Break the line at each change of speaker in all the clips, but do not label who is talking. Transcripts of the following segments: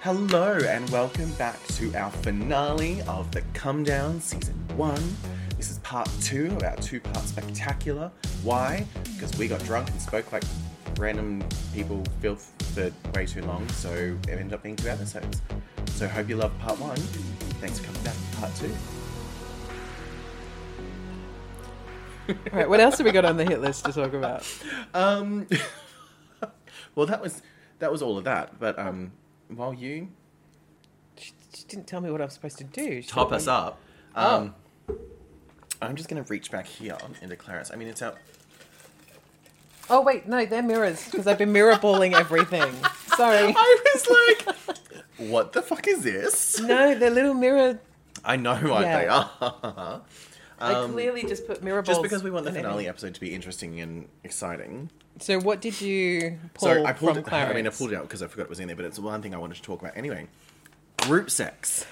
Hello, and welcome back to our finale of The Come Down Season 1. This is part 2 of our two part spectacular. Why? Because we got drunk and spoke like random people filth for way too long, so it ended up being two episodes. So, hope you loved part 1. Thanks for coming back for part 2.
All right, what else have we got on the hit list to talk about?
Um, well, that was that was all of that, but um, while you
She, she didn't tell me what I'm supposed to do. She
top
told
us
me-
up. Um, I'm just gonna reach back here into Clarence. I mean, it's out.
Oh wait, no, they're mirrors because I've been mirror balling everything. Sorry.
I was like, what the fuck is this?
No, they're little mirror.
I know why
Yeah.
they are.
I clearly just put mirror balls.
Um, just because we want the
in
finale
everything.
episode to be interesting and exciting.
So what did you pull
so I pulled
from
it.
Clarence?
I mean, I pulled it out because I forgot it was in there, but it's one thing I wanted to talk about anyway. Group sex.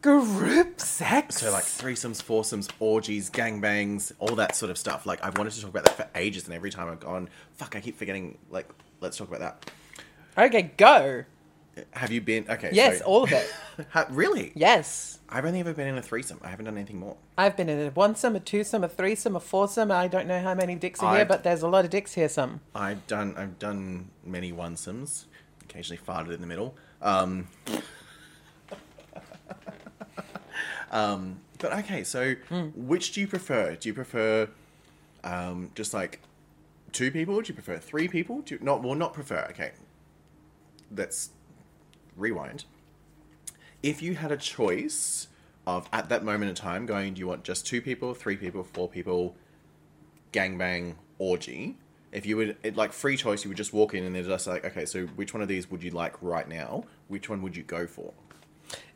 Group sex.
So like threesomes, foursomes, orgies, gangbangs, all that sort of stuff. Like I've wanted to talk about that for ages, and every time I've gone, fuck, I keep forgetting. Like, let's talk about that.
Okay, go.
Have you been? Okay.
Yes,
so-
all of it.
Ha- really?
Yes.
I've only ever been in a threesome. I haven't done anything more.
I've been in a onesome, a twosome, a threesome, a foursome. I don't know how many dicks are here,
I've-
but there's a lot of dicks here. Some.
I've done I've done many onesomes. Occasionally farted in the middle. Um, um, but okay, so which do you prefer? Do you prefer um, just like two people? Do you prefer three people? Do you, not well, not prefer. Okay, let's rewind. If you had a choice of at that moment in time going, do you want just two people, three people, four people, gangbang orgy? If you would it, like free choice, you would just walk in and they're just like, okay, so which one of these would you like right now? Which one would you go for?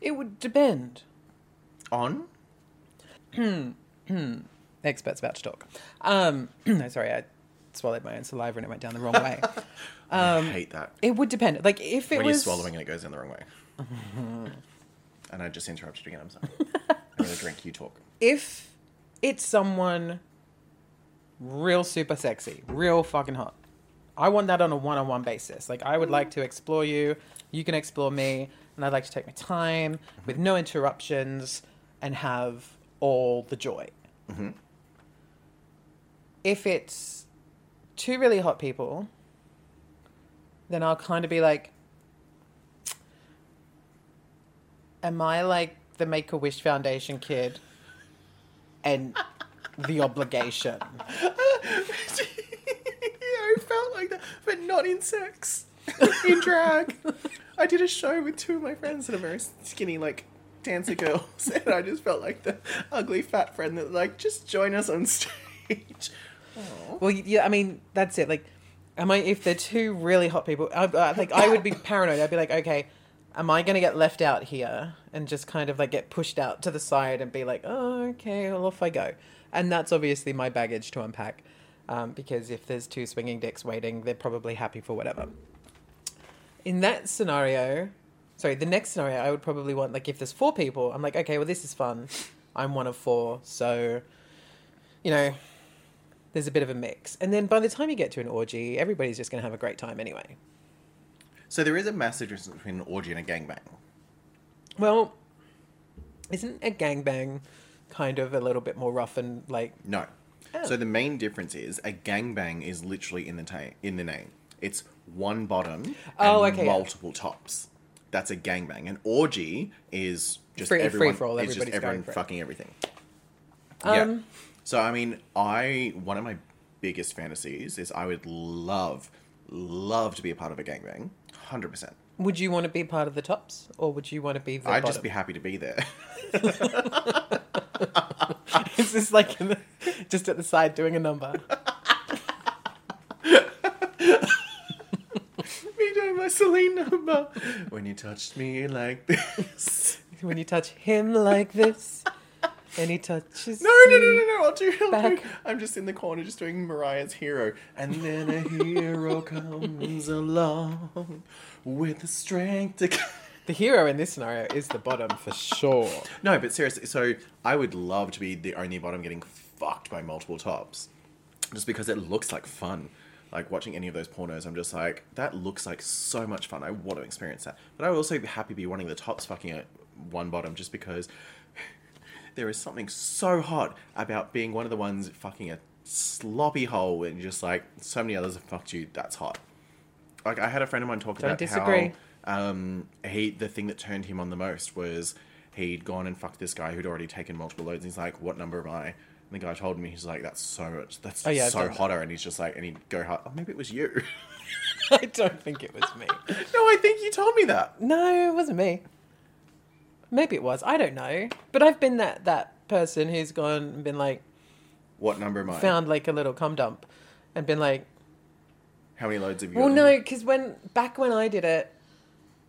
It would depend.
On
expert's about to talk. Um, no, sorry, I swallowed my own saliva and it went down the wrong way.
I hate that
Um, it would depend. Like if it
when
was
you're swallowing and it goes down the wrong way. and I just interrupted again. I'm sorry. I'm gonna drink. You talk.
if it's someone real super sexy, real fucking hot. I want that on a one-on-one basis. Like I would like to explore you, you can explore me, and I'd like to take my time with no interruptions and have all the joy. If it's two really hot people, then I'll kind of be like, Am I like the Make a Wish Foundation kid and the obligation?
I felt like that, but not in sex. in drag. I did a show with two of my friends that are very skinny, like dancer girls, and I just felt like the ugly fat friend that like just join us on stage.
Well, y- yeah, I mean, that's it. Like, am I, if they're two really hot people, I, I, like, I would be paranoid. I'd be like, okay, am I going to get left out here and just kind of like get pushed out to the side and be like, oh, okay, well, off I go. And that's obviously my baggage to unpack um, because if there's two swinging dicks waiting, they're probably happy for whatever. in that scenario, sorry, the next scenario, I would probably want like if there's four people, I'm like, okay, well this is fun. I'm one of four, so you know, there's a bit of a mix. And then by the time you get to an orgy, everybody's just going to have a great time anyway.
So there is a massive difference between an orgy and a gangbang.
Well, isn't a gangbang kind of a little bit more rough and like
No.
Oh.
So the main difference is a gangbang is literally in the ta- in the name. It's one bottom and
Oh, okay, yeah.
multiple tops. That's a gangbang. An orgy is just
Free-
everyone,
free-for-all,
it's just
everybody's going
everyone
for it.
fucking everything. yeah.
Um,
So I mean, I one of my biggest fantasies is I would love love to be a part of a gangbang. 100%.
would you want to be part of the tops or would you want to be the
I'd just be
bottom?
happy to be there.
It's just like in the, just at the side doing a number.
me doing my Celine number. When you touched me like this.
when you touch him like this and he touches
No, no, no,
you.
no, no. I'll do I'll do-
Back.
I'm just in the corner just doing Mariah's Hero. And then a hero comes along with the strength to.
The hero in this scenario is the bottom for sure.
No, but seriously, so I would love to be the only bottom getting fucked by multiple tops. Just because it looks like fun. like watching any of those pornos, I'm just like, that looks like so much fun. I want to experience that. But I would also be happy to be wanting the tops fucking at one bottom just because there is something so hot about being one of the ones fucking a sloppy hole and just like so many others have fucked you. That's hot. Like I had a friend of mine talk
Don't
about
disagree.
how um, he the thing that turned him on the most was he'd gone and fucked this guy who'd already taken multiple loads. And he's like, "What number am I?" And the guy told me he's like, "That's so much. That's
Oh, yeah, I've
so
done that.
hotter." And he's just like, and he'd go, hard, "Oh, maybe it was you."
I don't think it was me.
no, I think you told me that.
No, it wasn't me. Maybe it was. I don't know. But I've been that that person who's gone and been like
What number am I?
found like a little cum dump and been like,
How many loads have you?
well,
gotten?
no, because when back when I did it,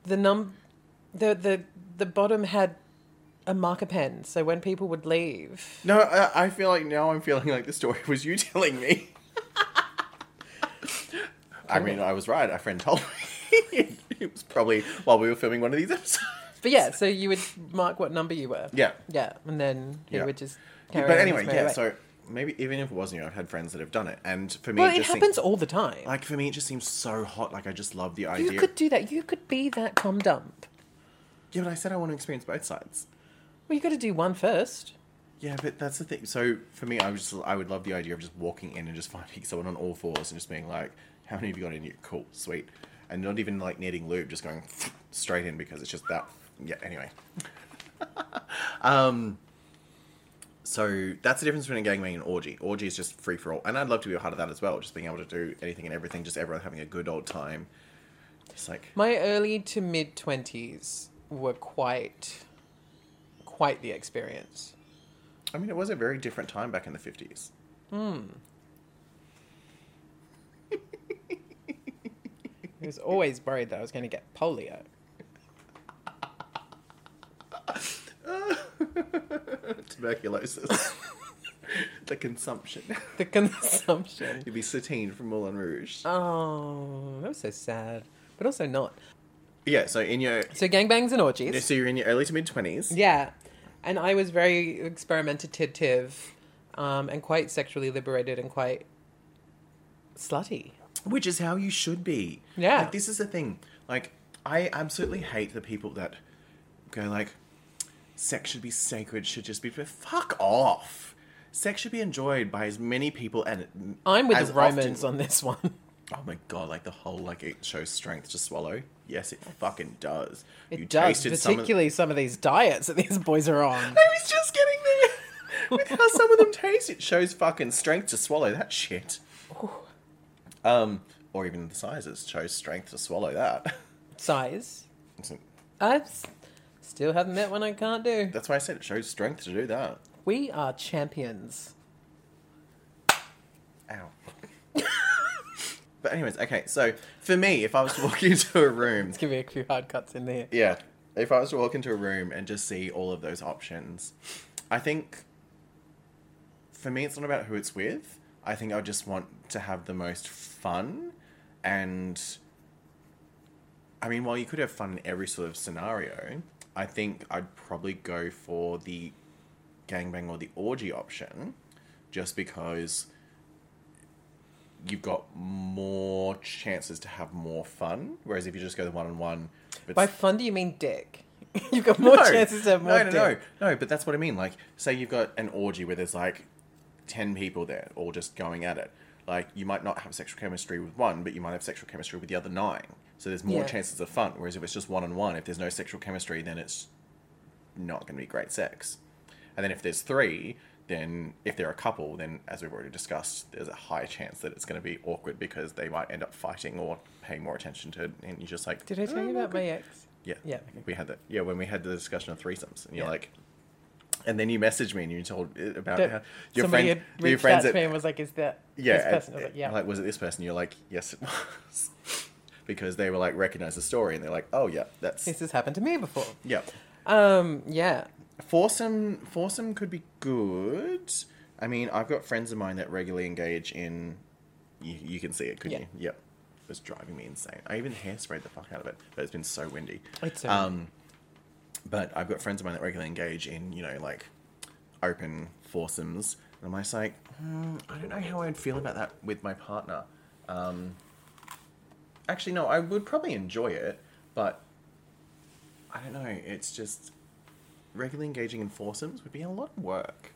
the num, the the the bottom had a marker pen. So when people would leave,
No, I, I feel like now I'm feeling like the story was you telling me. I mean, I was right. A friend told me. it was probably while we were filming one of these episodes.
but yeah, so you would mark what number you were.
Yeah.
yeah, and then he
Yeah.
would just. Carry
but
on his
anyway,
merry
yeah,
way.
so maybe even if it wasn't you, I've had friends that have done it. And for me,
well,
it
it
just seem-
happens all the time.
like, for me, it just seems so hot. Like, I just love the
you
idea.
could do that. You could be that cum dump.
Yeah, but I said I want to experience both sides.
Well, you got to do one first.
Yeah, but that's the thing. So for me, I was just, I would love the idea of just walking in and just finding someone on all fours and just being like, "How many have you got in you? Cool, sweet," and not even like needing lube, just going straight in because it's just that. Yeah. Anyway. um. So that's the difference between a gangbang and orgy. Orgy is just free for all, and I'd love to be a part of that as well. Just being able to do anything and everything, just everyone having a good old time. Just like
My early to mid twenties were quite, quite the experience.
I mean, it was a very different time back in the fifties.
I was always worried that I was going to get polio.
tuberculosis. the consumption.
The consumption.
You'd be Satine from Moulin Rouge.
Oh, that was so sad, but also not.
Yeah, so in your
So gangbangs and orgies.
so you're in your early to mid twenties.
Yeah, and I was very experimentative, um, and quite sexually liberated and quite slutty.
Which is how you should be.
Yeah.
Like this is the thing. Like, I absolutely hate the people that go like sex should be sacred, should just be fuck off. Sex should be enjoyed by as many people and
I'm with
as
the Romans
often-
on this one.
Oh my god, like the whole like it shows strength to swallow. Yes, it fucking does.
It does,
some of-
particularly some of these diets that these boys are on.
I was just getting there. With how some of them taste, it shows fucking strength to swallow that shit. Um, or even the sizes shows strength to swallow that.
Size.
It's-
I s- still haven't met one I can't do.
That's why I said it shows strength to do that.
We are champions.
Ow. but anyways, okay. So for me, if I was to walk into a room,
Give me a few hard cuts in there.
yeah, if I was to walk into a room and just see all of those options, I think for me, it's not about who it's with. I think I just want to have the most fun. And I mean, while you could have fun in every sort of scenario, I think I'd probably go for the gangbang or the orgy option just because you've got more chances to have more fun. Whereas if you just go the one on one,
By fun, do you mean dick? You've got more chances to have more
no,
dick.
no, no, no. But that's what I mean. Like, say you've got an orgy where there's like ten people there, all just going at it. Like, you might not have sexual chemistry with one, but you might have sexual chemistry with the other nine. So there's more
Yeah.
chances of fun. Whereas if it's just one on one, if there's no sexual chemistry, then it's not going to be great sex. And then if there's three, then if they're a couple, then as we've already discussed, there's a high chance that it's going to be awkward because they might end up fighting or paying more attention to. And you're just like,
Did I tell
"Oh,
you about
okay."
my ex?
Yeah.
Yeah, okay.
We had that. Yeah, when we had the discussion of threesomes, and you're
Yeah.
like, and then you messaged me and you told it about
That
how your
somebody
friends,
had
your
reached
friends
out to
at,
me and was like, "Is that
yeah,
this person?" I
and-
was like, "Yeah."
like was it this person? You're like, yes, it was, because they were like recognize the story and they're like, oh yeah, that's
this has happened to me before.
yeah.
Um, yeah.
Foursome, foursome could be good. I mean, I've got friends of mine that regularly engage in. You, you can see it, couldn't
Yeah.
you? Yep. It was driving me insane. I even hairsprayed the fuck out of it, but it's been so windy.
It's, um,
Um, but I've got friends of mine that regularly engage in, you know, like open foursomes. And I'm just like, hmm, I don't know how I'd feel about that with my partner. Um, actually, no, I would probably enjoy it, but I don't know. It's just regularly engaging in foursomes would be a lot of work.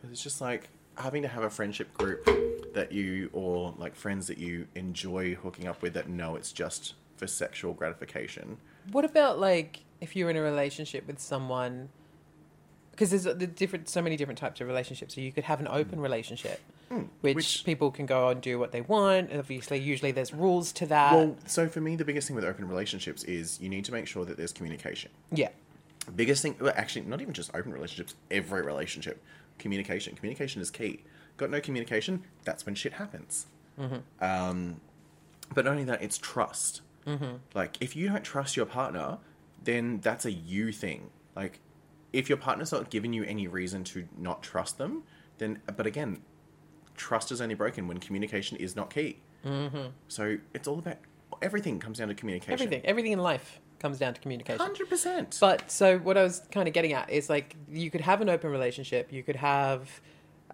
'Cause it's just like having to have a friendship group that you or like friends that you enjoy hooking up with that know it's just for sexual gratification.
What about like if you're in a relationship with someone? Because there's the different, so many different types of relationships. So you could have an open relationship, which,
Mm. which-
people can go and do what they want. And obviously, usually there's rules to that.
Well, so for me, the biggest thing with open relationships is you need to make sure that there's communication.
yeah,
biggest thing well, actually not even just open relationships every relationship communication communication is key got no communication that's when shit happens um, but not only that it's trust like if you don't trust your partner then that's a you thing like if your partner's not giving you any reason to not trust them then but again trust is only broken when communication is not key so it's all about everything comes down to communication
everything, everything in life comes down to communication.
100%
But so what I was kind of getting at is like you could have an open relationship. You could have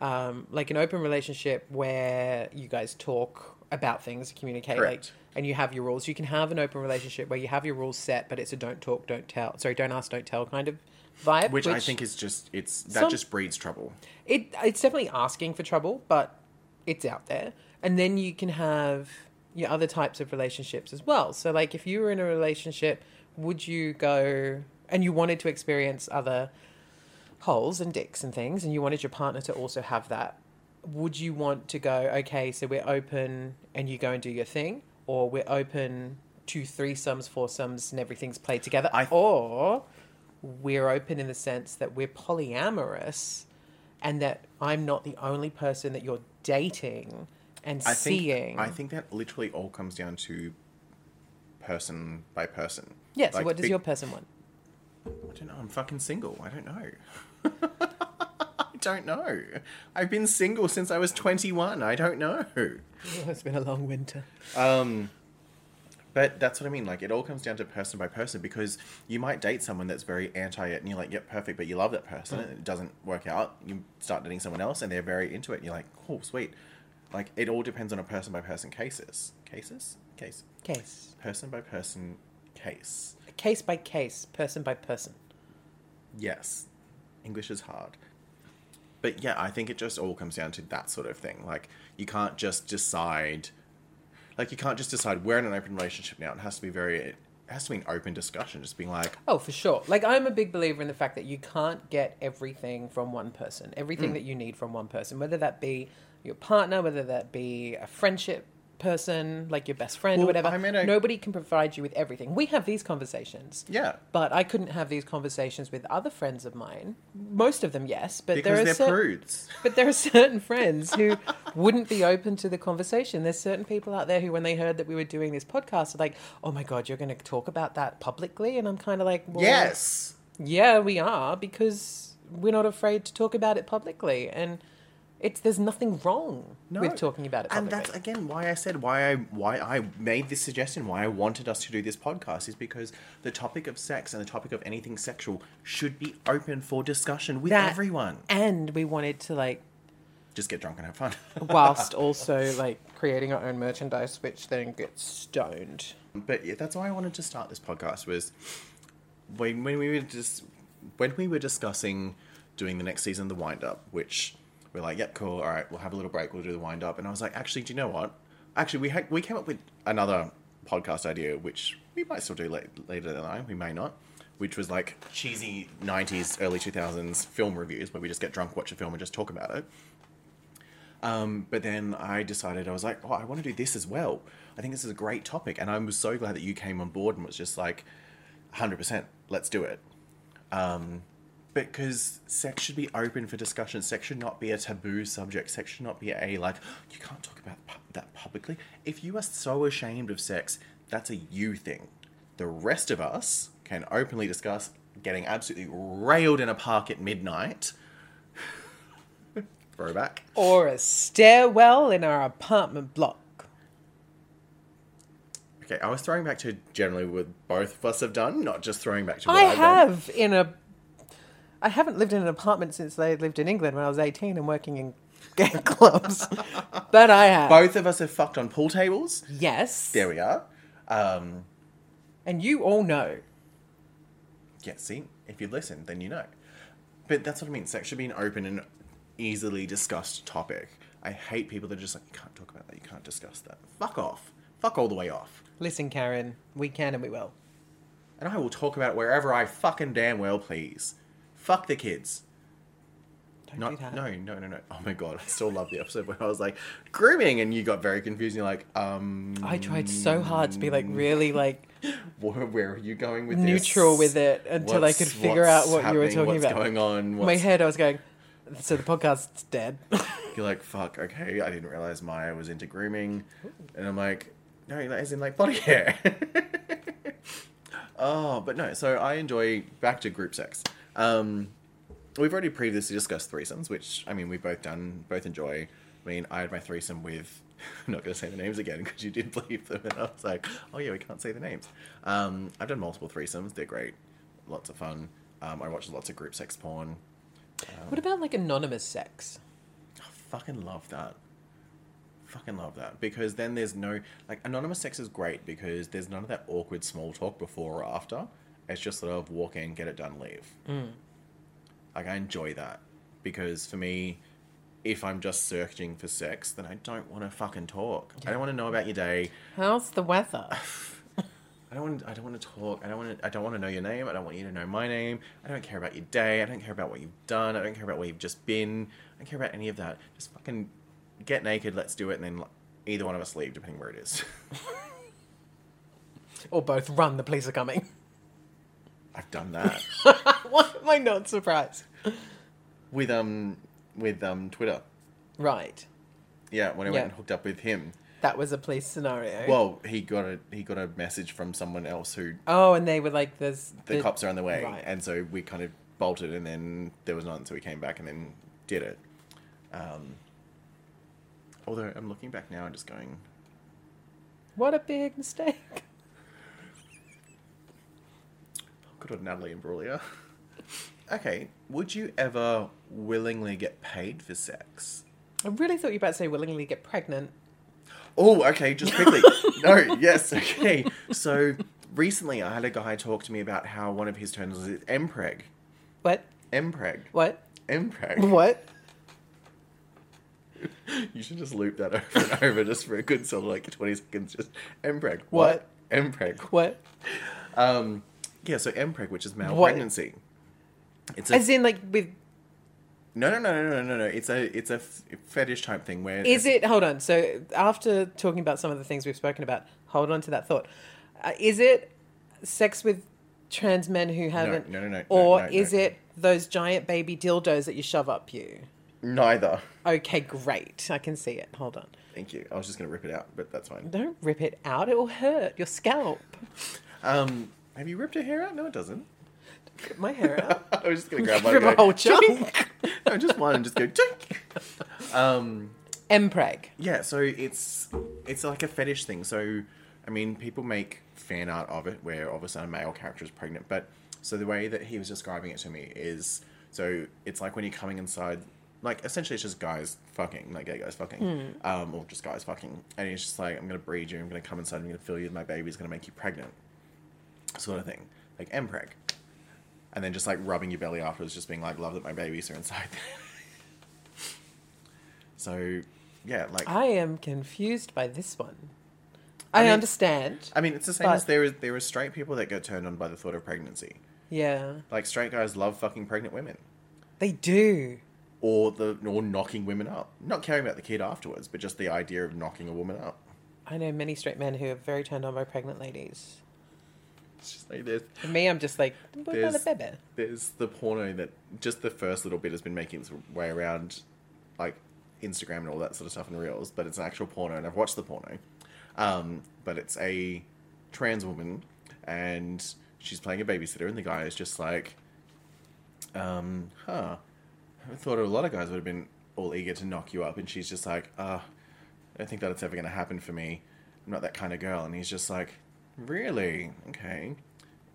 um, like an open relationship where you guys talk about things, communicate, like,
Correct.
and you have your rules. You can have an open relationship where you have your rules set, but it's a don't talk, don't tell. Sorry, don't ask, don't tell kind of vibe.
which, I think is just it's that
Some-
just breeds trouble.
it it's definitely asking for trouble, but it's out there. And then you can have your other types of relationships as well. So like if you were in a relationship, would you go and you wanted to experience other holes and dicks and things and you wanted your partner to also have that? Would you want to go, okay, so we're open and you go and do your thing or we're open to threesomes, foursomes and everything's played together
I-
or we're open in the sense that we're polyamorous and that I'm not the only person that you're dating and
I think
seeing.
I think that literally all comes down to person by person.
yeah, so
Like,
what does
big-
your person want?
I don't know. I'm fucking single. I don't know. I don't know. I've been single since I was 21. I don't know.
it's been a long winter.
Um, but that's what I mean. Like, it all comes down to person by person because you might date someone that's very anti it and you're like, yep, perfect, but you love that person and it doesn't work out. You start dating someone else and they're very into it and you're like, cool, sweet. Like, it all depends on a person by person cases. Cases? Case.
Case.
Person by person case.
Case by case, person by person.
Yes. English is hard. But yeah, I think it just all comes down to that sort of thing. Like you can't just decide like you can't just decide we're in an open relationship now. It has to be very it has to be an open discussion, just being like
Oh, for sure. Like, I'm a big believer in the fact that you can't get everything from one person, everything
Mm.
that you need from one person, whether that be your partner, whether that be a friendship person, like your best friend
Well,
or whatever.
I mean, I-
Nobody can provide you with everything. We have these conversations.
Yeah.
But I couldn't have these conversations with other friends of mine. Most of them, yes, but there
Because
are
they're
cer-
prudes.
but there are certain friends who wouldn't be open to the conversation. There's certain people out there who, when they heard that we were doing this podcast, are like, "Oh my god, you're going to talk about that publicly," and I'm kind of like, well,
Yes.
yeah, we are because we're not afraid to talk about it publicly, and it's there's nothing wrong with talking about it."
And
Publicly.
that's again why I said why I why I made this suggestion, why I wanted us to do this podcast is because the topic of sex and the topic of anything sexual should be open for discussion with
That-
everyone.
and we wanted to like
Just get drunk and have fun.
whilst also like creating our own merchandise, which then gets stoned.
But yeah, that's why I wanted to start this podcast was when when we were just when we were discussing doing the next season of the wind up, which we're like, yep, cool, all right, we'll have a little break, we'll do the wind up, and I was like, actually, do you know what? Actually, we ha- we came up with another podcast idea, which we might still do late, later than I, we may not, which was like cheesy '90s, early 2000s film reviews, where we just get drunk, watch a film, and just talk about it. Um, but then I decided I was like, oh, I want to do this as well. I think this is a great topic, and I was so glad that you came on board and was just like, hundred percent, let's do it. Um, because sex should be open for discussion. Sex should not be a taboo subject. Sex should not be a like you can't talk about pu- that publicly. If you are so ashamed of sex, that's a you thing. The rest of us can openly discuss getting absolutely railed in a park at midnight. Throwback.
or a stairwell in our apartment block.
Okay, I was throwing back to generally what both of us have done, not just throwing back to what
I
I've done.
have in a. I haven't lived in an apartment since I lived in England when I was 18 and working in gay clubs that I have.
Both of us have fucked on pool tables.
Yes.
There we are. Um,
And you all know.
yeah, see, if you listen, then you know. But that's what I mean. Sex should be an open and easily discussed topic. I hate people that are just like, you can't talk about that, you can't discuss that. Fuck off. Fuck all the way off.
Listen, Karen, we can and we will.
And I will talk about it wherever I fucking damn well please. Fuck the kids.
Don't
Not,
do that.
no, no, no, no. Oh my god, I still love the episode where I was like, grooming, and you got very confused. And you're like, um,
I tried so hard to be like really like
where, where are you going with this?
neutral with it until
What's-
I could figure
what's
out what you were
happening?
talking
what's
about.
going on?
In my
What's
head, I was going, so the podcast's dead.
You're like, fuck, okay, I didn't realize Maya was into grooming. And I'm like, no, as in like body hair. oh, but no, so I enjoy back to group sex. Um, we've already previously discussed threesomes, which, I mean, we've both done, both enjoy. I mean, I had my threesome with, I'm not going to say the names again because you did believe them. And I was like, oh yeah, we can't say the names. Um, I've done multiple threesomes, they're great, lots of fun. Um, I watched lots of group sex porn.
what about like anonymous sex?
I fucking love that. Fucking love that because then there's no like anonymous sex is great because there's none of that awkward small talk before or after. It's just sort of walk in, get it done, leave. Like I enjoy that because for me, if I'm just searching for sex, then I don't want to fucking talk. I don't want to know about your day.
How's the weather?
I don't want. I don't want to talk. I don't want. To, I don't want to know your name. I don't want you to know my name. I don't care about your day. I don't care about what you've done. I don't care about where you've just been. I don't care about any of that. Just fucking get naked. Let's do it, and then like, either one of us leave, depending where it is.
Or both run, the police are coming.
I've done that
Why am I not surprised?
with um with um Twitter.
Right.
Yeah, when I
Yeah.
went and hooked up with him.
That was a police scenario.
Well, he got a he got a message from someone else who
oh, and they were like, there's.
the, cops are on the way,
Right.
and so we kind of bolted, and then there was none, so we came back and then did it. Um, although I'm looking back now and just going,
What a big mistake.
"Oh, good on Natalie and Brulia. okay, would you ever willingly get paid for sex?
I really thought you were about to say willingly get pregnant.
Oh, okay, just quickly. no, yes, okay. So recently, I had a guy talk to me about how one of his terms is mpreg,
What?
mpreg,
What?
mpreg.
What?
You should just loop that over and over just for a good sort of like 20 seconds. Just MPREG.
What?
MPREG.
What?
Um, yeah, so MPREG, which is male
What?
pregnancy. It's a,
As in, like, with.
no, no, no, no, no, no, no. It's a, it's a f- fetish type thing where.
Is it. Hold on. So, after talking about some of the things we've spoken about, hold on to that thought. Uh, is it sex with trans men who haven't.
no, no, no, no,
Or
no, no.
is it those giant baby dildos that you shove up you?
Neither.
Okay, great. I can see it. Hold on.
Thank you. I was just going to rip it out, but that's fine.
Don't rip it out. It will hurt your scalp.
Um, have you ripped your hair out? No, it doesn't.
Rip my hair out.
I was just going to grab one.
rip a
and go,
whole chunk.
no, just one and just go, tink. Um,
Mpreg.
Yeah, so it's it's like a fetish thing. So I mean, people make fan art of it where obviously a male character is pregnant, but so the way that he was describing it to me is so it's like when you're coming inside like essentially it's just guys fucking, like gay guys fucking. Um, or just guys fucking. And he's just like, I'm gonna breed you, I'm gonna come inside, I'm gonna fill you with my baby, it's gonna make you pregnant. Sort of thing. Like Mpreg. And then just like rubbing your belly afterwards, just being like, Love that my babies are inside So yeah, like
I am confused by this one. I,
mean-
understand.
I mean, it's the same
But-
as there is there are straight people that get turned on by the thought of pregnancy.
Yeah.
Like straight guys love fucking pregnant women,
They do.
or the or knocking women up. Not caring about the kid afterwards, but just the idea of knocking a woman up.
I know many straight men who are very turned on by pregnant ladies.
It's just like there's
For me, I'm just like, what about a
There's-
baby?
there's the porno that just the first little bit has been making its way around, like Instagram and all that sort of stuff and reels, but it's an actual porno, and I've watched the porno. Um, but it's a trans woman, and she's playing a babysitter, and the guy is just like, um, huh. I thought a lot of guys would have been all eager to knock you up, and she's just like, uh, I don't think that it's ever going to happen for me. I'm not that kind of girl. And he's just like, really? Okay.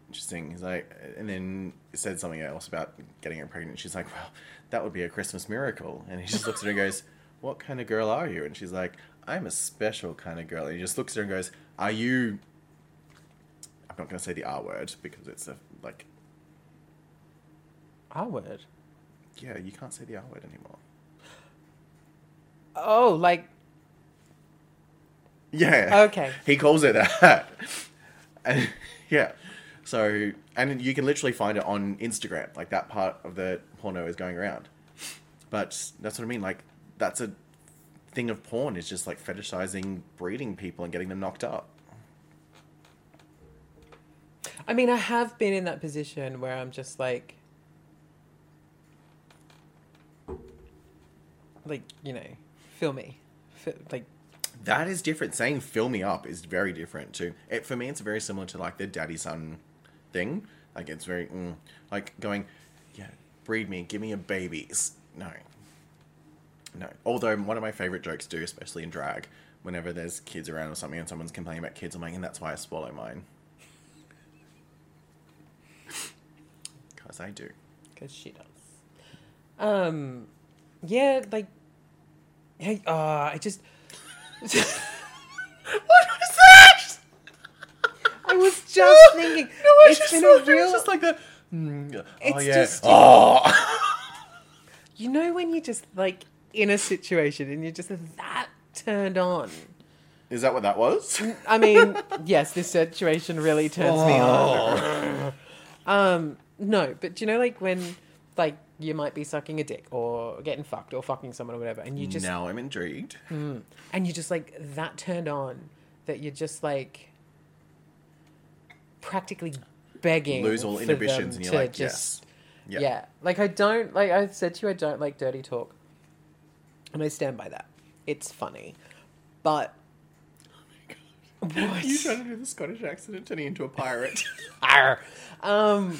interesting. He's like, and then said something else about getting her pregnant. She's like, well, that would be a Christmas miracle. And he just looks at her and goes, what kind of girl are you? And she's like, I'm a special kind of girl. And he just looks at her and goes, are you? I'm not going to say the R word because it's a like,
R word.
yeah, you can't say the R word anymore.
Oh, like
Yeah.
Okay.
He calls it that. and, yeah. So, and you can literally find it on Instagram. Like that part of the porno is going around. But that's what I mean. Like that's a thing of porn is just like fetishizing breeding people and getting them knocked up.
I mean, I have been in that position where I'm just like, like you know, fill me, Fi- like
That is different. Saying "fill me up" is very different too. It for me, it's very similar to like the daddy son thing. Like it's very mm, like going, yeah, breed me, give me a baby. S- No, no. Although one of my favorite jokes do, especially in drag, whenever there's kids around or something and someone's complaining about kids, I'm like, and that's why I swallow mine, because I do.
because she does. Um, yeah, like, hey, uh, I just,
What was that?
I was just thinking,
No, I
it's
just
been
thought
a
it was
real,
just like that. Mm, yeah. oh
It's
yeah.
just-
oh.
you know, when you're just like in a situation and you're just that turned on.
Is that what that was?
I mean, yes, this situation really turns me on.
Oh.
Um, no, but do you know, like when, like you might be sucking a dick or getting fucked or fucking someone or whatever, and you just
now I'm intrigued.
and you just like that turned on that you're just like practically begging
Lose all
for
inhibitions,
them
and you're
to
like,
just-
yes,
yeah, like I don't like I said to you, I don't like dirty talk, and I stand by that. It's funny, but what?
Oh You trying to do the Scottish accent and turning into a pirate?
Arr. Um,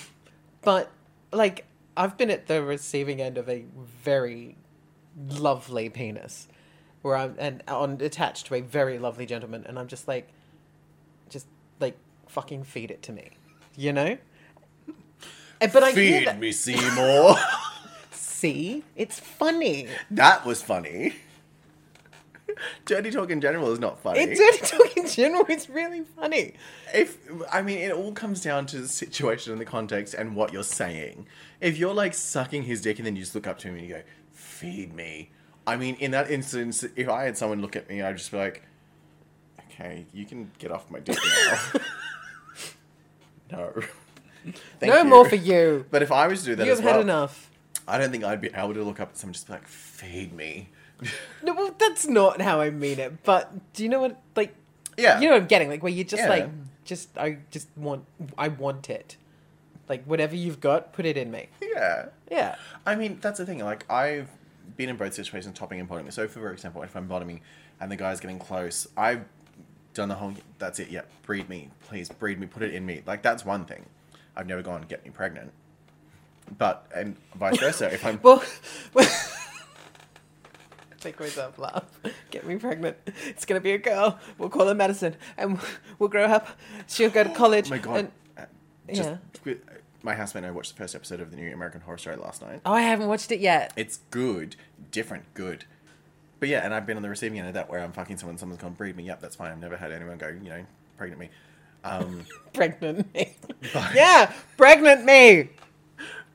but like I've been at the receiving end of a very lovely penis, where I'm and on attached to a very lovely gentleman, and I'm just like, just like fucking feed it to me, you know. And- But I hear
Feed
that-
me, Seymour.
see, it's funny.
that was funny. Dirty talk in general is not funny.
It's dirty talk in general. It's really funny.
if I mean, it all comes down to the situation and the context and what you're saying. If you're like sucking his dick and then you just look up to him and you go, "Feed me," I mean, in that instance, if I had someone look at me, I'd just be like, "Okay, you can get off my dick now." no, Thank
no
you.
more for you.
But if I was to do that,
You've
as
had
well,
enough.
I don't think I'd be able to look up at someone and just be like, "Feed me."
No, well, that's not how I mean it. But do you know what? Like,
Yeah.
you know what I'm getting. Like, where you just
Yeah.
like, just I just want, I want it. Like, whatever you've got, put it in me.
yeah.
Yeah,
I mean, that's the thing. Like, I've been in both situations, topping and bottoming. So, for example, if I'm bottoming and the guy's getting close, I've done the whole, that's it, yep, breed me, please, breed me, put it in me. Like, that's one thing. I've never gone, get me pregnant. But, and vice versa, if I'm.
well. Take myself laugh. Get me pregnant. It's gonna be a girl. We'll call her Madison, and we'll grow up. She'll go to college.
oh my God.
and-
Uh, just,
Yeah.
with- My housemate and I watched the first episode of the new American Horror Story last night.
oh, I haven't watched it yet.
It's good, different, good. But yeah, and I've been on the receiving end of that where I'm fucking someone, someone's gone, breed me, yep, that's fine. I've never had anyone go, you know, pregnant me. Um.
Pregnant me.
But-
yeah, pregnant me.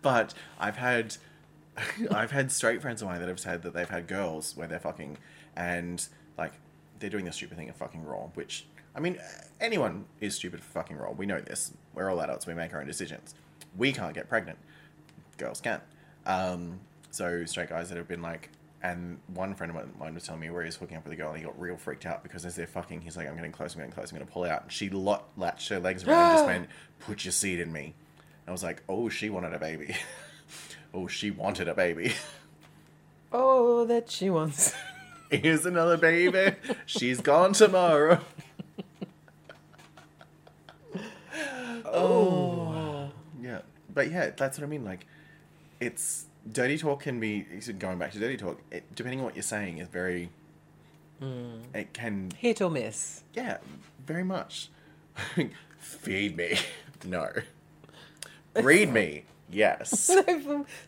but I've had I've had straight friends of mine that have said that they've had girls where they're fucking and like they're doing the stupid thing of fucking raw, which I mean anyone is stupid for fucking raw. We know this. We're all adults. We make our own decisions. We can't get pregnant. Girls can. Um, so straight guys that have been like. And one friend of mine was telling me where he was hooking up with a girl, and he got real freaked out because as they're fucking, he's like, "I'm getting close, I'm getting close, I'm going to pull out." And she lot latched her legs around and just went, "Put your seed in me." And I was like, "Oh, she wanted a baby." Oh, she wanted a baby.
Oh, that she wants.
Here's another baby. She's gone tomorrow. oh. Yeah. But yeah, that's what I mean. Like, it's. Dirty talk can be. Going back to dirty talk, it, depending on what you're saying, is very. It can.
Hit or miss.
Yeah, very much. Feed me. no. Read me. Yes.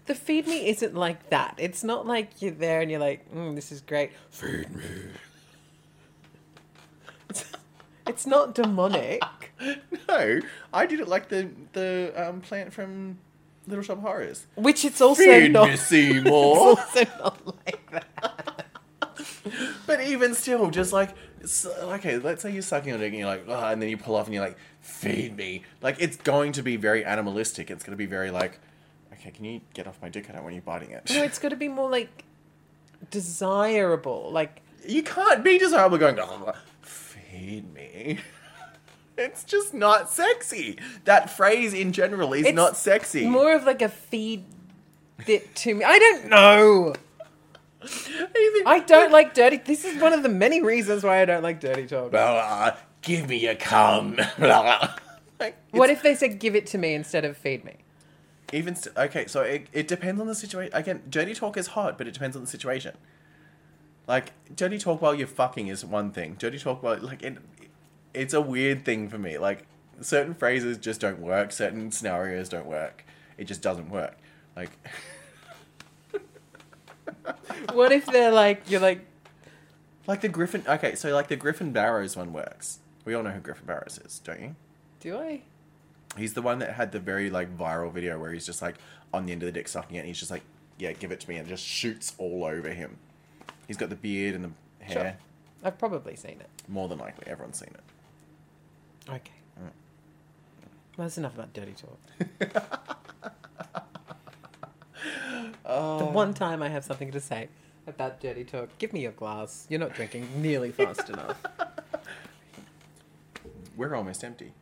the feed me isn't like that. It's not like you're there and you're like, mm, this is great.
Feed me.
It's not demonic.
No, I did it like the the um, plant from Little Shop of Horrors.
Which it's also
Feed
not.
me,
It's
Seymour.
also not like that.
but even still, just like s okay, let's say you're sucking on it and you're like, ah, and then you pull off and you're like, feed me. Like it's going to be very animalistic. It's going to be very like, okay, can you get off my dick? I don't want you biting
No,
it.
it's got to be more like desirable. Like
you can't be desirable going, oh, feed me. It's just not sexy. That phrase in general is
It's
not sexy.
more of like a feed bit to me. I don't know.
Even-
I don't like dirty. This is one of the many reasons why I don't like dirty talk.
blah, blah, blah, uh, give me a cum. Blah, blah. Like,
What if they said give it to me instead of feed me?
even st- okay, so it, it depends on the situation. Again, dirty talk is hot, but it depends on the situation. Like dirty talk while you're fucking is one thing. Dirty talk while like it, it's a weird thing for me. Like certain phrases just don't work. Certain scenarios don't work. It just doesn't work. Like
What if they're like you're like
like the Griffin. Okay, so like the Griffin Barrows one works. We all know who Griffin Barrows is, don't you?
do I?
He's the one that had the very like viral video where he's just like on the end of the dick sucking it and he's just like, Yeah, give it to me and it just shoots all over him. He's got the beard and the hair.
Sure. I've probably seen it.
More than likely, everyone's seen it.
Okay. Well, that's enough about dirty talk. the one time I have something to say about dirty talk, give me your glass. You're not drinking nearly fast enough.
We're almost empty.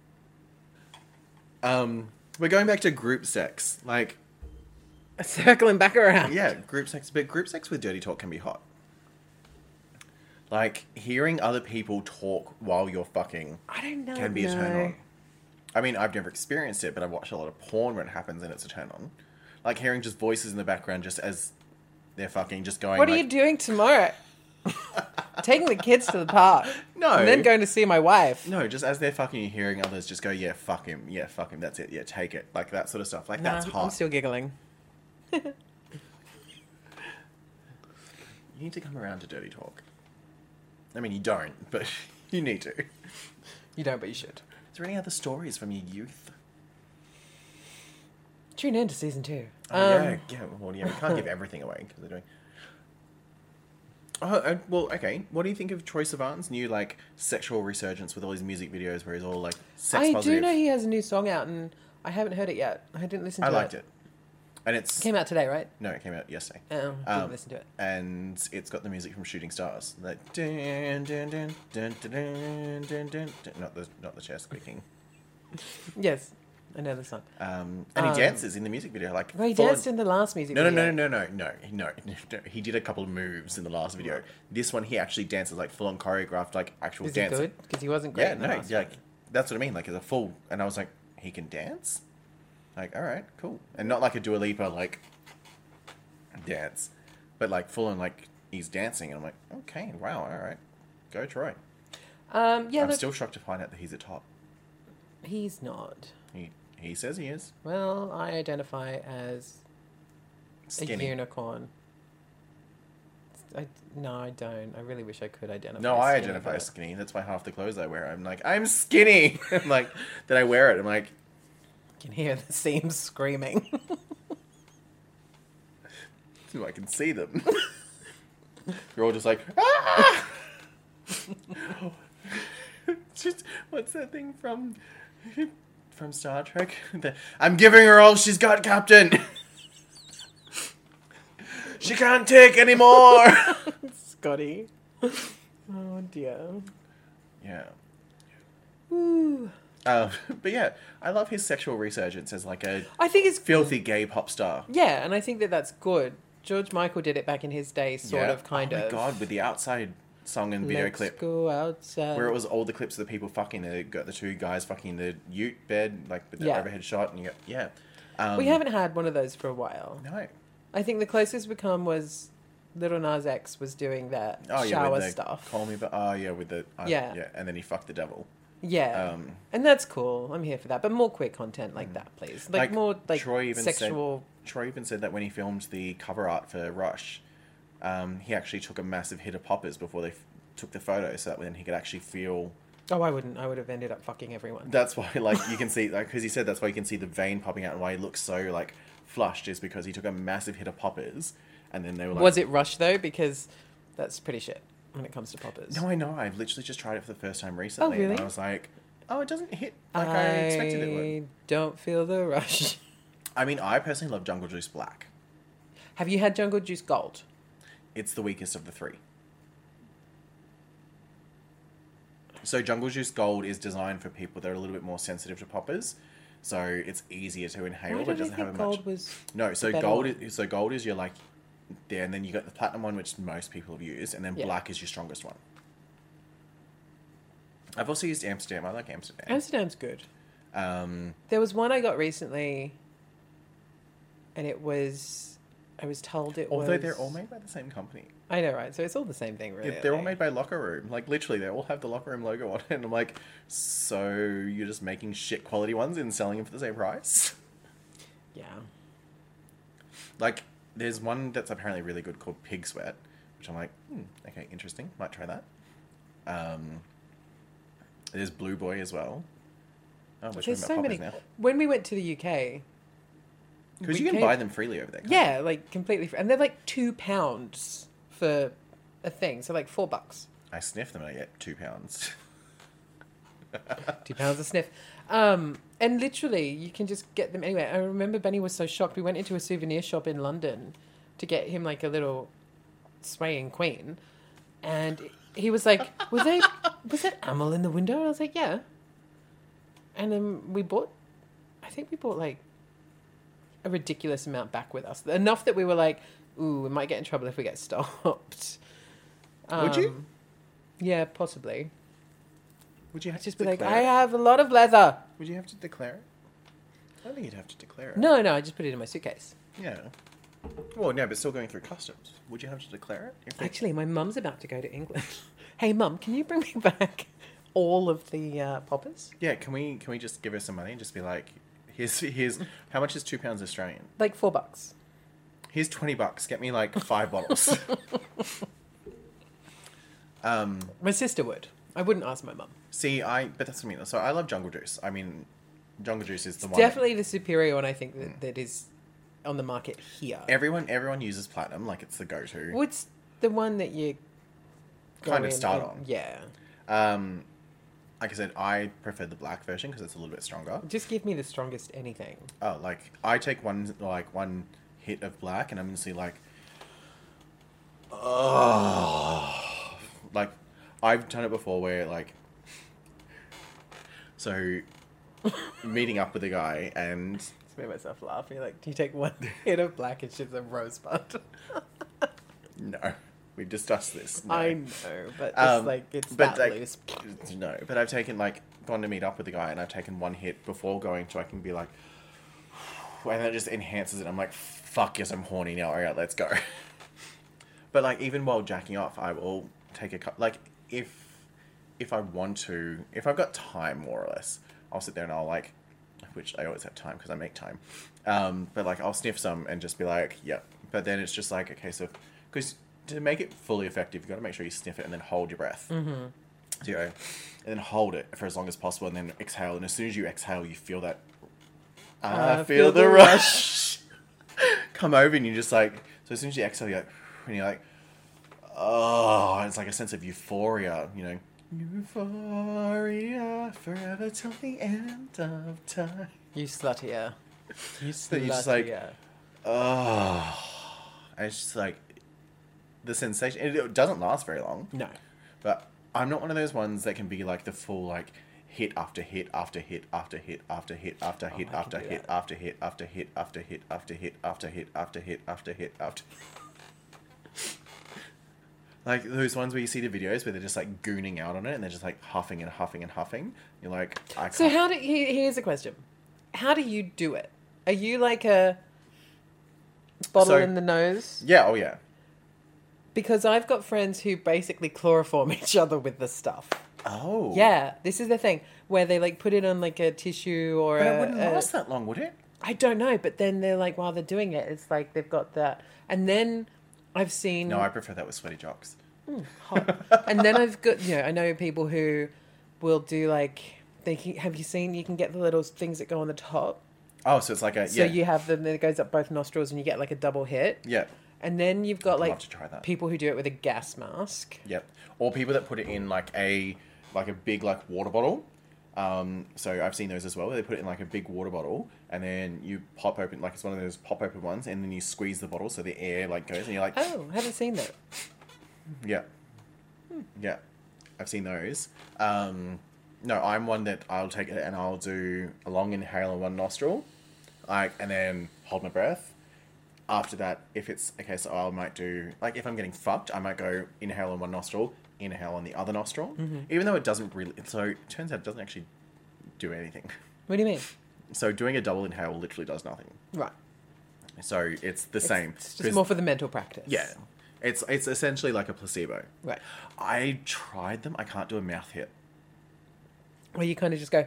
Um we're going back to group sex. Like
Circling back around.
yeah, group sex but group sex with dirty talk can be hot. Like hearing other people talk while you're fucking
I don't know.
can be a turn
Oh, no.
on. I mean, I've never experienced it, but I've watched a lot of porn when it happens, and it's a turn on. Like hearing just voices in the background, just as they're fucking, just going.
What are
like,
you doing tomorrow? Taking the kids to the park.
No.
And then going to see my wife.
No, just as they're fucking, you're hearing others just go, "Yeah, fuck him. Yeah, fuck him. That's it. Yeah, take it." Like that sort of stuff. Like that's
Nah,
hot.
I'm still giggling.
You need to come around to dirty talk. I mean, you don't, but you need to. Is
You don't, but you should.
there any other stories from your youth?
Tune in to season two.
Oh,
Um,
yeah, yeah. Well, yeah, we can't give everything away because they're doing. Oh, uh, well, okay. What do you think of Troy Sivan's new like sexual resurgence with all his music videos where he's all like sex
I
positive?
do know he has a new song out, and I haven't heard it yet. I didn't listen
I
to it.
liked it, and it's
Came out today, right?
no, it came out yesterday.
Oh, didn't
Um,
listen to it.
And it's got the music from Shooting Stars. Like dun, dun, dun, dun, dun, dun, dun, dun, dun. not the not the chair squeaking.
Yes, I know the song.
Um, and he
Um,
dances in the music video like
Well, he
full on-
danced in the last music
No, no,
video.
no, no, no, no, no, no. He did a couple of moves in the last video. This one, he actually dances like full on choreographed, like actual
Is he
dance.
good? Because he wasn't great.
Yeah,
in the
no,
last
yeah,
one.
like, that's what I mean. Like, it's a full, and I was like, he can dance. Like, all right, cool, and not like a Dua Lipa like dance, but like full on like he's dancing, and I'm like, okay, wow, all right, go Troy.
Um, yeah,
I'm
look,
still shocked to find out that he's at top.
he's not.
He he says he is
Well, I identify as a
skinny.
unicorn. I, no, I don't. I really wish I could identify.
No, I
skinny,
identify
but-
as skinny. That's why half the clothes I wear. I'm like, I'm skinny. I'm like, then I wear it. I'm like,
I can hear the seams screaming.
I can see them. You're all just like, ah! It's just, what's that thing from from Star Trek? The, I'm giving her all she's got, Captain. she can't take anymore.
Scotty. Oh dear.
yeah.
Ooh.
Um, but yeah, I love his sexual resurgence as like a
I think it's
filthy gay pop star.
yeah, and I think that that's good. George Michael did it back in his day, sort
Yeah.
of, kind
oh my
of.
god, with the outside song and video
Let's
clip.
go um, outside.
Where it was all the clips of the people fucking, they got the two guys fucking in the ute bed, like with the
Yeah.
overhead shot, and you go, yeah. Um,
we haven't had one of those for a while.
No.
I think the closest we come was Little Nas X was doing that
Oh yeah,
shower
with the
stuff.
Call me, but oh yeah, with the I-
Yeah.
yeah, and then he fucked the devil.
Yeah.
Um, Mm.
and that's cool. I'm here for that. But more queer content like that, please. Like, more like sexual.
Said, Troy even said that when he filmed the cover art for Rush, um, he actually took a massive hit of poppers before they f- took the photo, so that then he could actually feel.
Oh, I wouldn't. I would have ended up fucking everyone.
That's why, like, you can see, like, because he said that's why you can see the vein popping out and why he looks so like flushed is because he took a massive hit of poppers, and then they were like,
Was it Rush though? Because that's pretty shit when it comes to poppers.
No, I know. I've literally just tried it for the first time recently, and
really?
I was like, "Oh, it doesn't hit like I, expected it would."
I don't feel the rush.
I mean, I personally love Jungle Juice Black.
Have you had Jungle Juice Gold?
It's the weakest of the three. So Jungle Juice Gold is designed for people that are a little bit more sensitive to poppers, so it's easier to inhale.
Why
but it
did I
doesn't have a
think Gold
much.
was?
No, so
better
gold
one?
is so gold is your like there, and then you got the platinum one, which most people have used, and then
Yeah.
black is your strongest one. I've also used Amsterdam. I like Amsterdam.
Oh, Amsterdam's good.
Um,
There was one I got recently, and it was. I was told it was.
although they're all made by the same company.
I know, right? So it's all the same thing, really.
Yeah, they're all
like-
made by Locker Room. Like literally, they all have the Locker Room logo on it. And I'm like, so you're just making shit quality ones and selling them for the same price?
Yeah.
Like, there's one that's apparently really good called Pig Sweat, which I'm like, hmm, okay, interesting. Might try that. Um, there's Blue Boy as well. Oh, which
There's so many.
now.
When we went to the UK,
Because you
we
can
came-
buy them freely over there. can't
Yeah, like completely, free. and they're like two pounds for a thing, so like four bucks.
you? I sniff them and I get two pounds.
two pounds a sniff. Um, and literally, you can just get them anywhere. I remember Benny was so shocked. We went into a souvenir shop in London to get him like a little swaying queen, and he was like, "Was they? Was that Amel in the window?" And I was like, "Yeah." And then we bought. I think we bought like a ridiculous amount back with us. Enough that we were like, "Ooh, we might get in trouble if we get stopped."
Would you?
Um, Yeah, possibly.
Would you have
Just
to
be like,
declare
I
it?
have a lot of leather.
Would you have to declare it? I don't think you'd have to declare it.
No, no, I just put it in my suitcase.
Yeah. Well, no, but still going through customs. Would you have to declare it? If they-
Actually, my mum's about to go to England. hey, mum, can you bring me back all of the uh, poppers?
yeah. Can we can we just give her some money and just be like, here's here's how much is two pounds Australian?
Like four bucks.
Here's twenty bucks. Get me like five bottles. um.
My sister would. I wouldn't ask my mum.
See, I but that's what I mean. So I love Jungle Juice. I mean, Jungle Juice is the one. that-
Definitely the superior one. I think
Mm.
that, that is on the market here.
everyone everyone uses platinum. Like it's the go to.
What's the one that you go
Kind of
in
start
and-
on.
Yeah,
Um. Like I said, I prefer the black version because it's a little bit stronger.
just give me the strongest anything.
Oh, like I take one like one hit of black, and I'm instantly like, oh, like I've done it before where like, so meeting up with a guy and
Just made myself laugh. You're like, do you take one hit of black and she's a rosebud?
no, we've discussed this. No.
I know, but it's
Um,
like it's
but,
that
like,
loose.
no, but I've taken like gone to meet up with a guy, and I've taken one hit before going, so I can be like, and that just enhances it. I'm like, fuck yes, I'm horny now. All right, let's go. but like even while jacking off, I will take a cup. Like if if I want to, if I've got time, more or less, I'll sit there and I'll like, which I always have time because I make time. Um, but like I'll sniff some and just be like, yep. But then it's just like a case of because to make it fully effective, you've got to make sure you sniff it and then hold your breath. Mm-hmm. So you go, and then hold it for as long as possible, and then exhale. And as soon as you exhale, you feel that. I, feel, the, rush. Come over, and you're just like. So as soon as you exhale, you're like, and you're like, oh, and it's like a sense of euphoria, you know. Euphoria forever till the end of time.
You sluttier. You sluttier.
That you just, like, Oh, and it's just like the sensation. It, it doesn't last very long,
no.
but I'm not one of those ones that can be like the full like hit after hit after hit after hit after hit after hit
Oh, I can
after
do
hit
that.
after hit after hit after hit after hit after hit after hit after hit after. Like those ones where you see the videos where they're just like gooning out on it and they're just like huffing and huffing and huffing. You're like, I can't.
So how do he- here's a question: How do you do it? Are you like a bottle
So-
in the nose?
yeah, oh yeah.
Because I've got friends who basically chloroform each other with the stuff.
Oh.
Yeah, this is the thing where they like put it on like a tissue or
But
a-
it wouldn't
a-
last that long, would it?
I don't know, but then they're like while they're doing it, it's like they've got that, and then I've seen
No, I prefer that with sweaty jocks.
hot. and then I've got you know I know people who will do like they can, have you seen you can get the little things that go on the top,
Oh, so it's like a
so
yeah,
you have them then it goes up both nostrils and you get like a double hit,
yeah,
and then you've got
love
like
to try that.
people who do it with a gas mask.
yep. Or people that put it in like a like a big like water bottle. Um, so I've seen those as well. Where they put it in like a big water bottle, and then you pop open like it's one of those pop open ones, and then you squeeze the bottle so the air like goes, and you're like,
Oh, I haven't seen that.
Yeah. Yeah. I've seen those. Um, no, I'm one that I'll take it and I'll do a long inhale in one nostril, like, and then hold my breath. After that, if it's okay, so I might do like if I'm getting fucked, I might go inhale in one nostril, inhale in the other nostril,
Mm-hmm.
even though it doesn't really. So it turns out it doesn't actually do anything.
What do you mean?
So doing a double inhale literally does nothing.
Right.
So it's the same.
It's
'cause-
just more for the mental practice.
yeah, it's it's essentially like a placebo.
Right.
I tried them. I can't do a mouth hit
Where you kind of just go.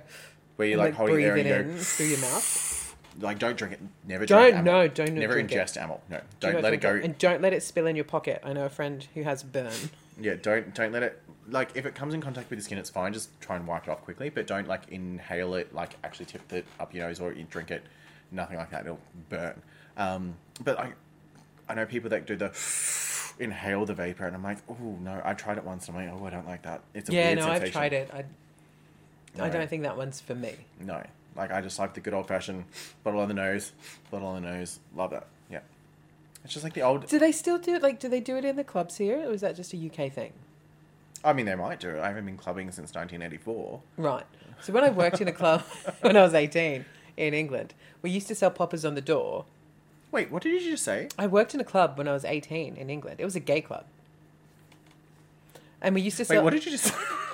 where you
and,
like, hold it
breathe
there and
it
you
in
go
through your mouth.
like don't drink it. Never
Don't-
drink. amyl.
no, don't
never
drink it.
ingest amyl. No, don't let it go.
drink And don't let it spill in your pocket. I know a friend who has burn.
Yeah, don't don't let it. Like if it comes in contact with your skin, it's fine. Just try and wipe it off quickly, but don't like inhale it. Like actually tip it up your nose or you drink it. Nothing like that. It'll burn. Um, but I, I know people that do the inhale the vapor, and I'm like, oh no, I tried it once, and I'm like, oh, I don't like that. It's a
yeah,
weird
no,
sensation.
I've tried it. I, I
No.
don't think that one's for me.
No. Like I just like the good old fashioned bottle on the nose, bottle on the nose. Love that. Yeah. It's just like the old.
Do they still do it? Like, do they do it in the clubs here, or is that just a UK thing?
I mean, they might do it. I haven't been clubbing since 1984.
Right. So when I worked in a club when I was eighteen in England, we used to sell poppers on the door.
Wait, what did you just say?
I worked in a club when I was eighteen in England. It was a gay club, and we used to
Wait,
sell.
what did you just say?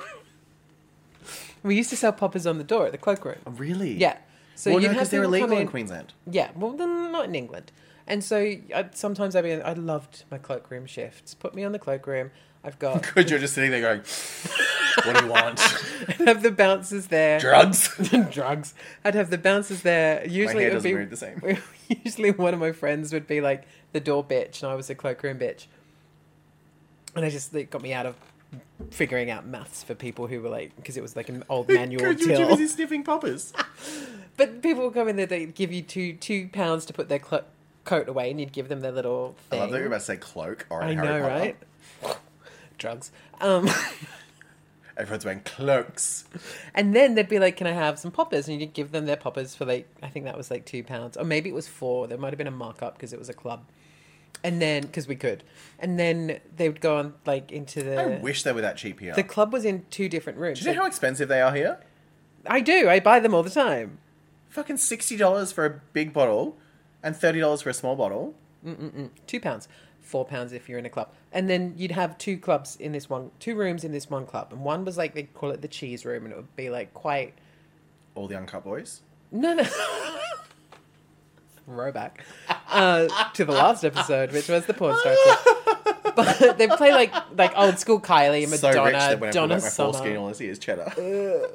We used to sell poppers on the door at the cloakroom.
Oh, really?
Yeah. So
well,
you'd
no, because
have
they're
people come
illegal in
in-
Queensland.
Yeah, well, then not in England. And so I, sometimes I'd be, I loved my cloakroom shifts. Put me on the cloakroom. I've got
Because you're just sitting there going, what do you want?
I'd have the bouncers there.
Drugs?
Drugs. I'd have the bouncers there. Usually
hair
it would
doesn't
be
move the same.
Usually one of my friends would be like the door bitch, and I was the cloakroom bitch. And I just it got me out of figuring out maths for people who were like because it was like an old manual
Because you're too
till.
busy sniffing poppers.
But people would come in there. They'd give you two two pounds to put their clo- coat away, and you'd give them their little.
I
Thing.
love that you're about to say cloak or
I
Harry
know,
Potter.
right? Drugs. Um,
Everyone's wearing cloaks.
and then they'd be like, "Can I have some poppers?" And you'd give them their poppers for like, I think that was like two pounds, or maybe it was four. There might have been a markup because it was a club. And then, because we could, and then they would go on like into the.
I wish they were that cheap here.
The club was in two different rooms.
do you know how expensive they are here?
I do. I buy them all the time.
Fucking $60 for a big bottle and $30 for a small bottle.
two pounds, four pounds if you're in a club. And then you'd have two clubs in this one, two rooms in this one club. And one was like, they call it the cheese room, and it would be like quite,
All the uncut boys.
no, no. Throwback uh, to the last episode, which was the porn star club. But they play like like old school Kylie, Madonna,
so rich that when I
Donna
pull out my foreskin,
Summer,
all I see is cheddar.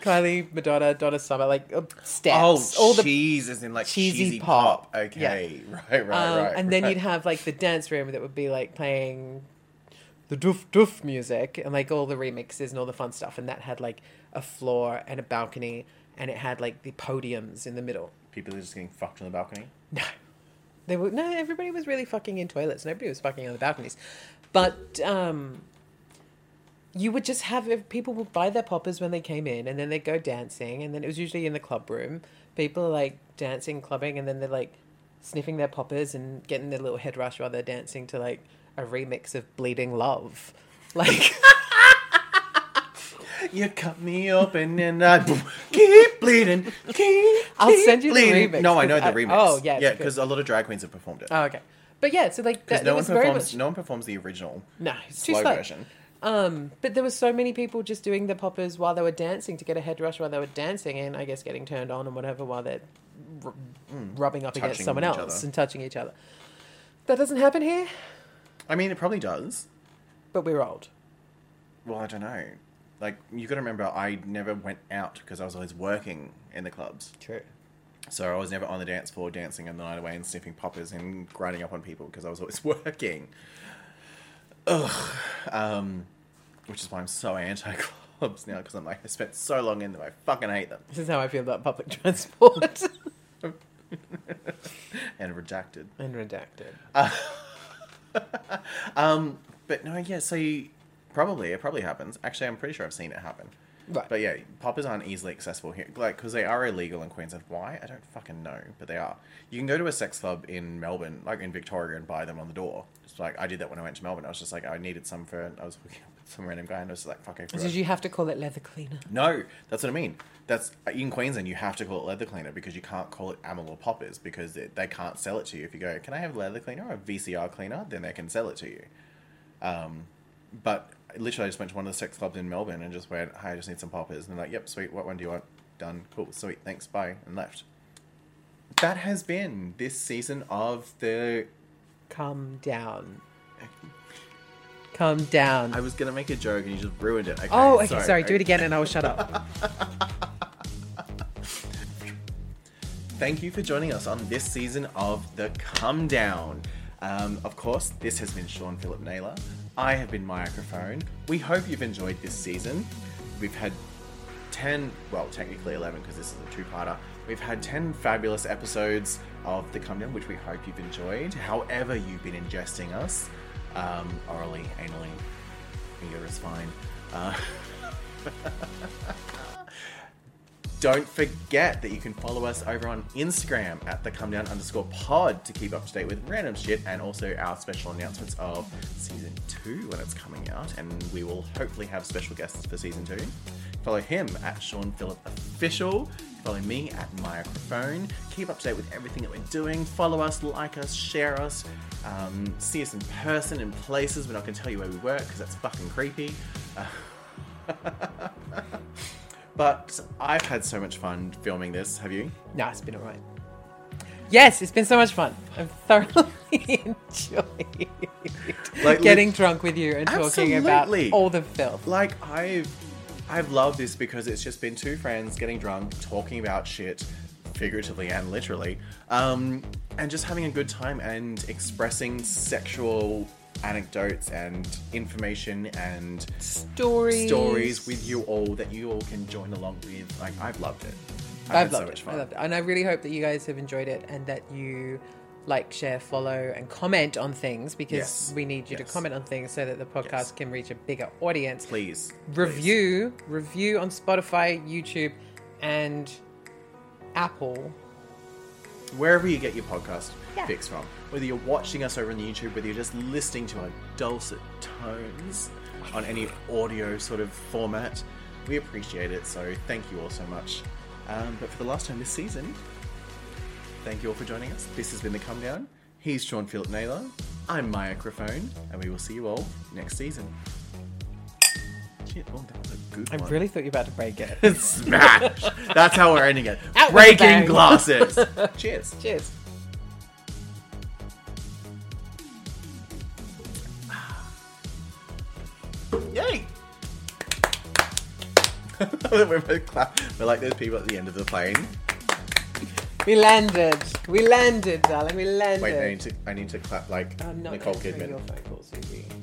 Kylie, Madonna, Donna Summer, like uh,
Oh,
steps, all the
cheese is in like
cheesy
cheesy,
pop.
pop. Okay, right, right,
Um,
right.
and then
right.
you'd have like the dance room that would be like playing the doof doof music and like all the remixes and all the fun stuff. And that had like a floor and a balcony and it had like the podiums in the middle.
people are just getting fucked on the balcony.
No. They were no, everybody was really fucking in toilets. Nobody was fucking on the balconies. But um you would just have if people would buy their poppers when they came in and then they'd go dancing and then it was usually in the club room. People are like dancing, clubbing, and then they're like sniffing their poppers and getting their little head rush while they're dancing to like a remix of Bleeding Love. Like
You cut me open and I keep bleeding. Keep,
I'll
keep
send you the
bleeding.
remix,
No, I know
'cause
the
I-
remix.
oh, yeah, it's
yeah,
good.
because a lot of drag queens have performed it.
Oh okay. But yeah, so like
no
that there
one
was very
performs.
much
No one performs the original
No, it's too
slow
slow.
version.
Um, but there were so many people just doing the poppers while they were dancing to get a head rush while they were dancing, and I guess getting turned on and whatever while they're r- rubbing up against
Touching
someone
each
else
other.
and touching each other. That doesn't happen here,
I mean, it probably does.
but we're old.
Well, I don't know. like you got to remember, I never went out because I was always working in the clubs.
True.
So I was never on the dance floor dancing on the night away and sniffing poppers and grinding up on people because I was always working. Ugh. Um, which is why I'm so anti clubs now because I'm like, I spent so long in them, I fucking hate them.
This is how I feel about public transport.
And rejected.
and redacted.
Um, but no, yeah, so you, probably, it probably happens. Actually, I'm pretty sure I've seen it happen.
Right.
But yeah, poppers aren't easily accessible here, like because they are illegal in Queensland. Why? I don't fucking know, but they are. You can go to a sex club in Melbourne, like in Victoria, and buy them on the door. It's like I did that when I went to Melbourne. I was just like, I needed some for. I was hooking up with some random guy, and I was just like, fuck, I forgot.
Did you have to call it leather cleaner?
No, that's what I mean. That's in Queensland. You have to call it leather cleaner because you can't call it amyl or poppers because they, they can't sell it to you. If you go, can I have leather cleaner or a VCR cleaner? Then they can sell it to you. Um, but literally, I just went to one of the sex clubs in Melbourne and just went, "Hi, I just need some poppers." And they're like, "Yep, sweet. What one do you want?" Done. Cool. Sweet. Thanks. Bye. And left. That has been this season of the.
Calm down. Calm down.
I was gonna make a joke and you just ruined it. Okay,
oh, okay. Sorry. Do it again, and I will shut up.
Thank you for joining us on this season of The Come Down. Um, of course, this has been Sean Philip Naylor. I have been Microphone. We hope you've enjoyed this season. We've had 10, well, technically 11 because this is a two parter. We've had 10 fabulous episodes of The Come Down, which we hope you've enjoyed. However, you've been ingesting us um, orally, anally, ear is fine. Uh, Don't forget that you can follow us over on Instagram at the come down underscore pod to keep up to date with random shit and also our special announcements of season two when it's coming out. And we will hopefully have special guests for season two. Follow him at Sean Phillip Official. Follow me at Microphone. Keep up to date with everything that we're doing. Follow us, like us, share us. Um, see us in person, in places. We're not going to tell you where we work because that's fucking creepy. But I've had so much fun filming this. Have you?
no, it's been alright. Yes, it's been so much fun. I've thoroughly enjoyed
Like,
getting drunk with you and talking about
Absolutely.
all the filth.
Like I've I've loved this because it's just been two friends getting drunk, talking about shit, figuratively and literally, um, and just having a good time and expressing sexual anecdotes and information and
Stories.
stories with you all that you all can join along with. Like I've loved it.
I've
had so
loved
much
it.
fun.
I loved it. And I really hope that you guys have enjoyed it and that you like, share, follow, and comment on things because
Yes.
we need you to
Yes.
comment on things so that the podcast
Yes.
can reach a bigger audience.
Please please.
Review, review on Spotify, YouTube, and Apple.
wherever you get your podcast
Yeah.
fix from. Whether you're watching us over on YouTube, whether you're just listening to our dulcet tones on any audio sort of format, we appreciate it. So thank you all so much. Um, but for the last time this season, thank you all for joining us. This has been The Come Down. He's Sean Philip Naylor. I'm Maya Crafone, and we will see you all next season. Shit, oh, that was a good
I
one.
really thought you were about to break it.
Smash! That's how we're ending it.
Out with a
Breaking
bang.
glasses! Cheers.
Cheers.
Yay! we're, both clap- we're like those people at the end of the plane.
We landed. We landed, darling. We landed.
Wait, I need to, I need to clap like
I'm not
Nicole
answering
Kidman.
Your phone call, Susie.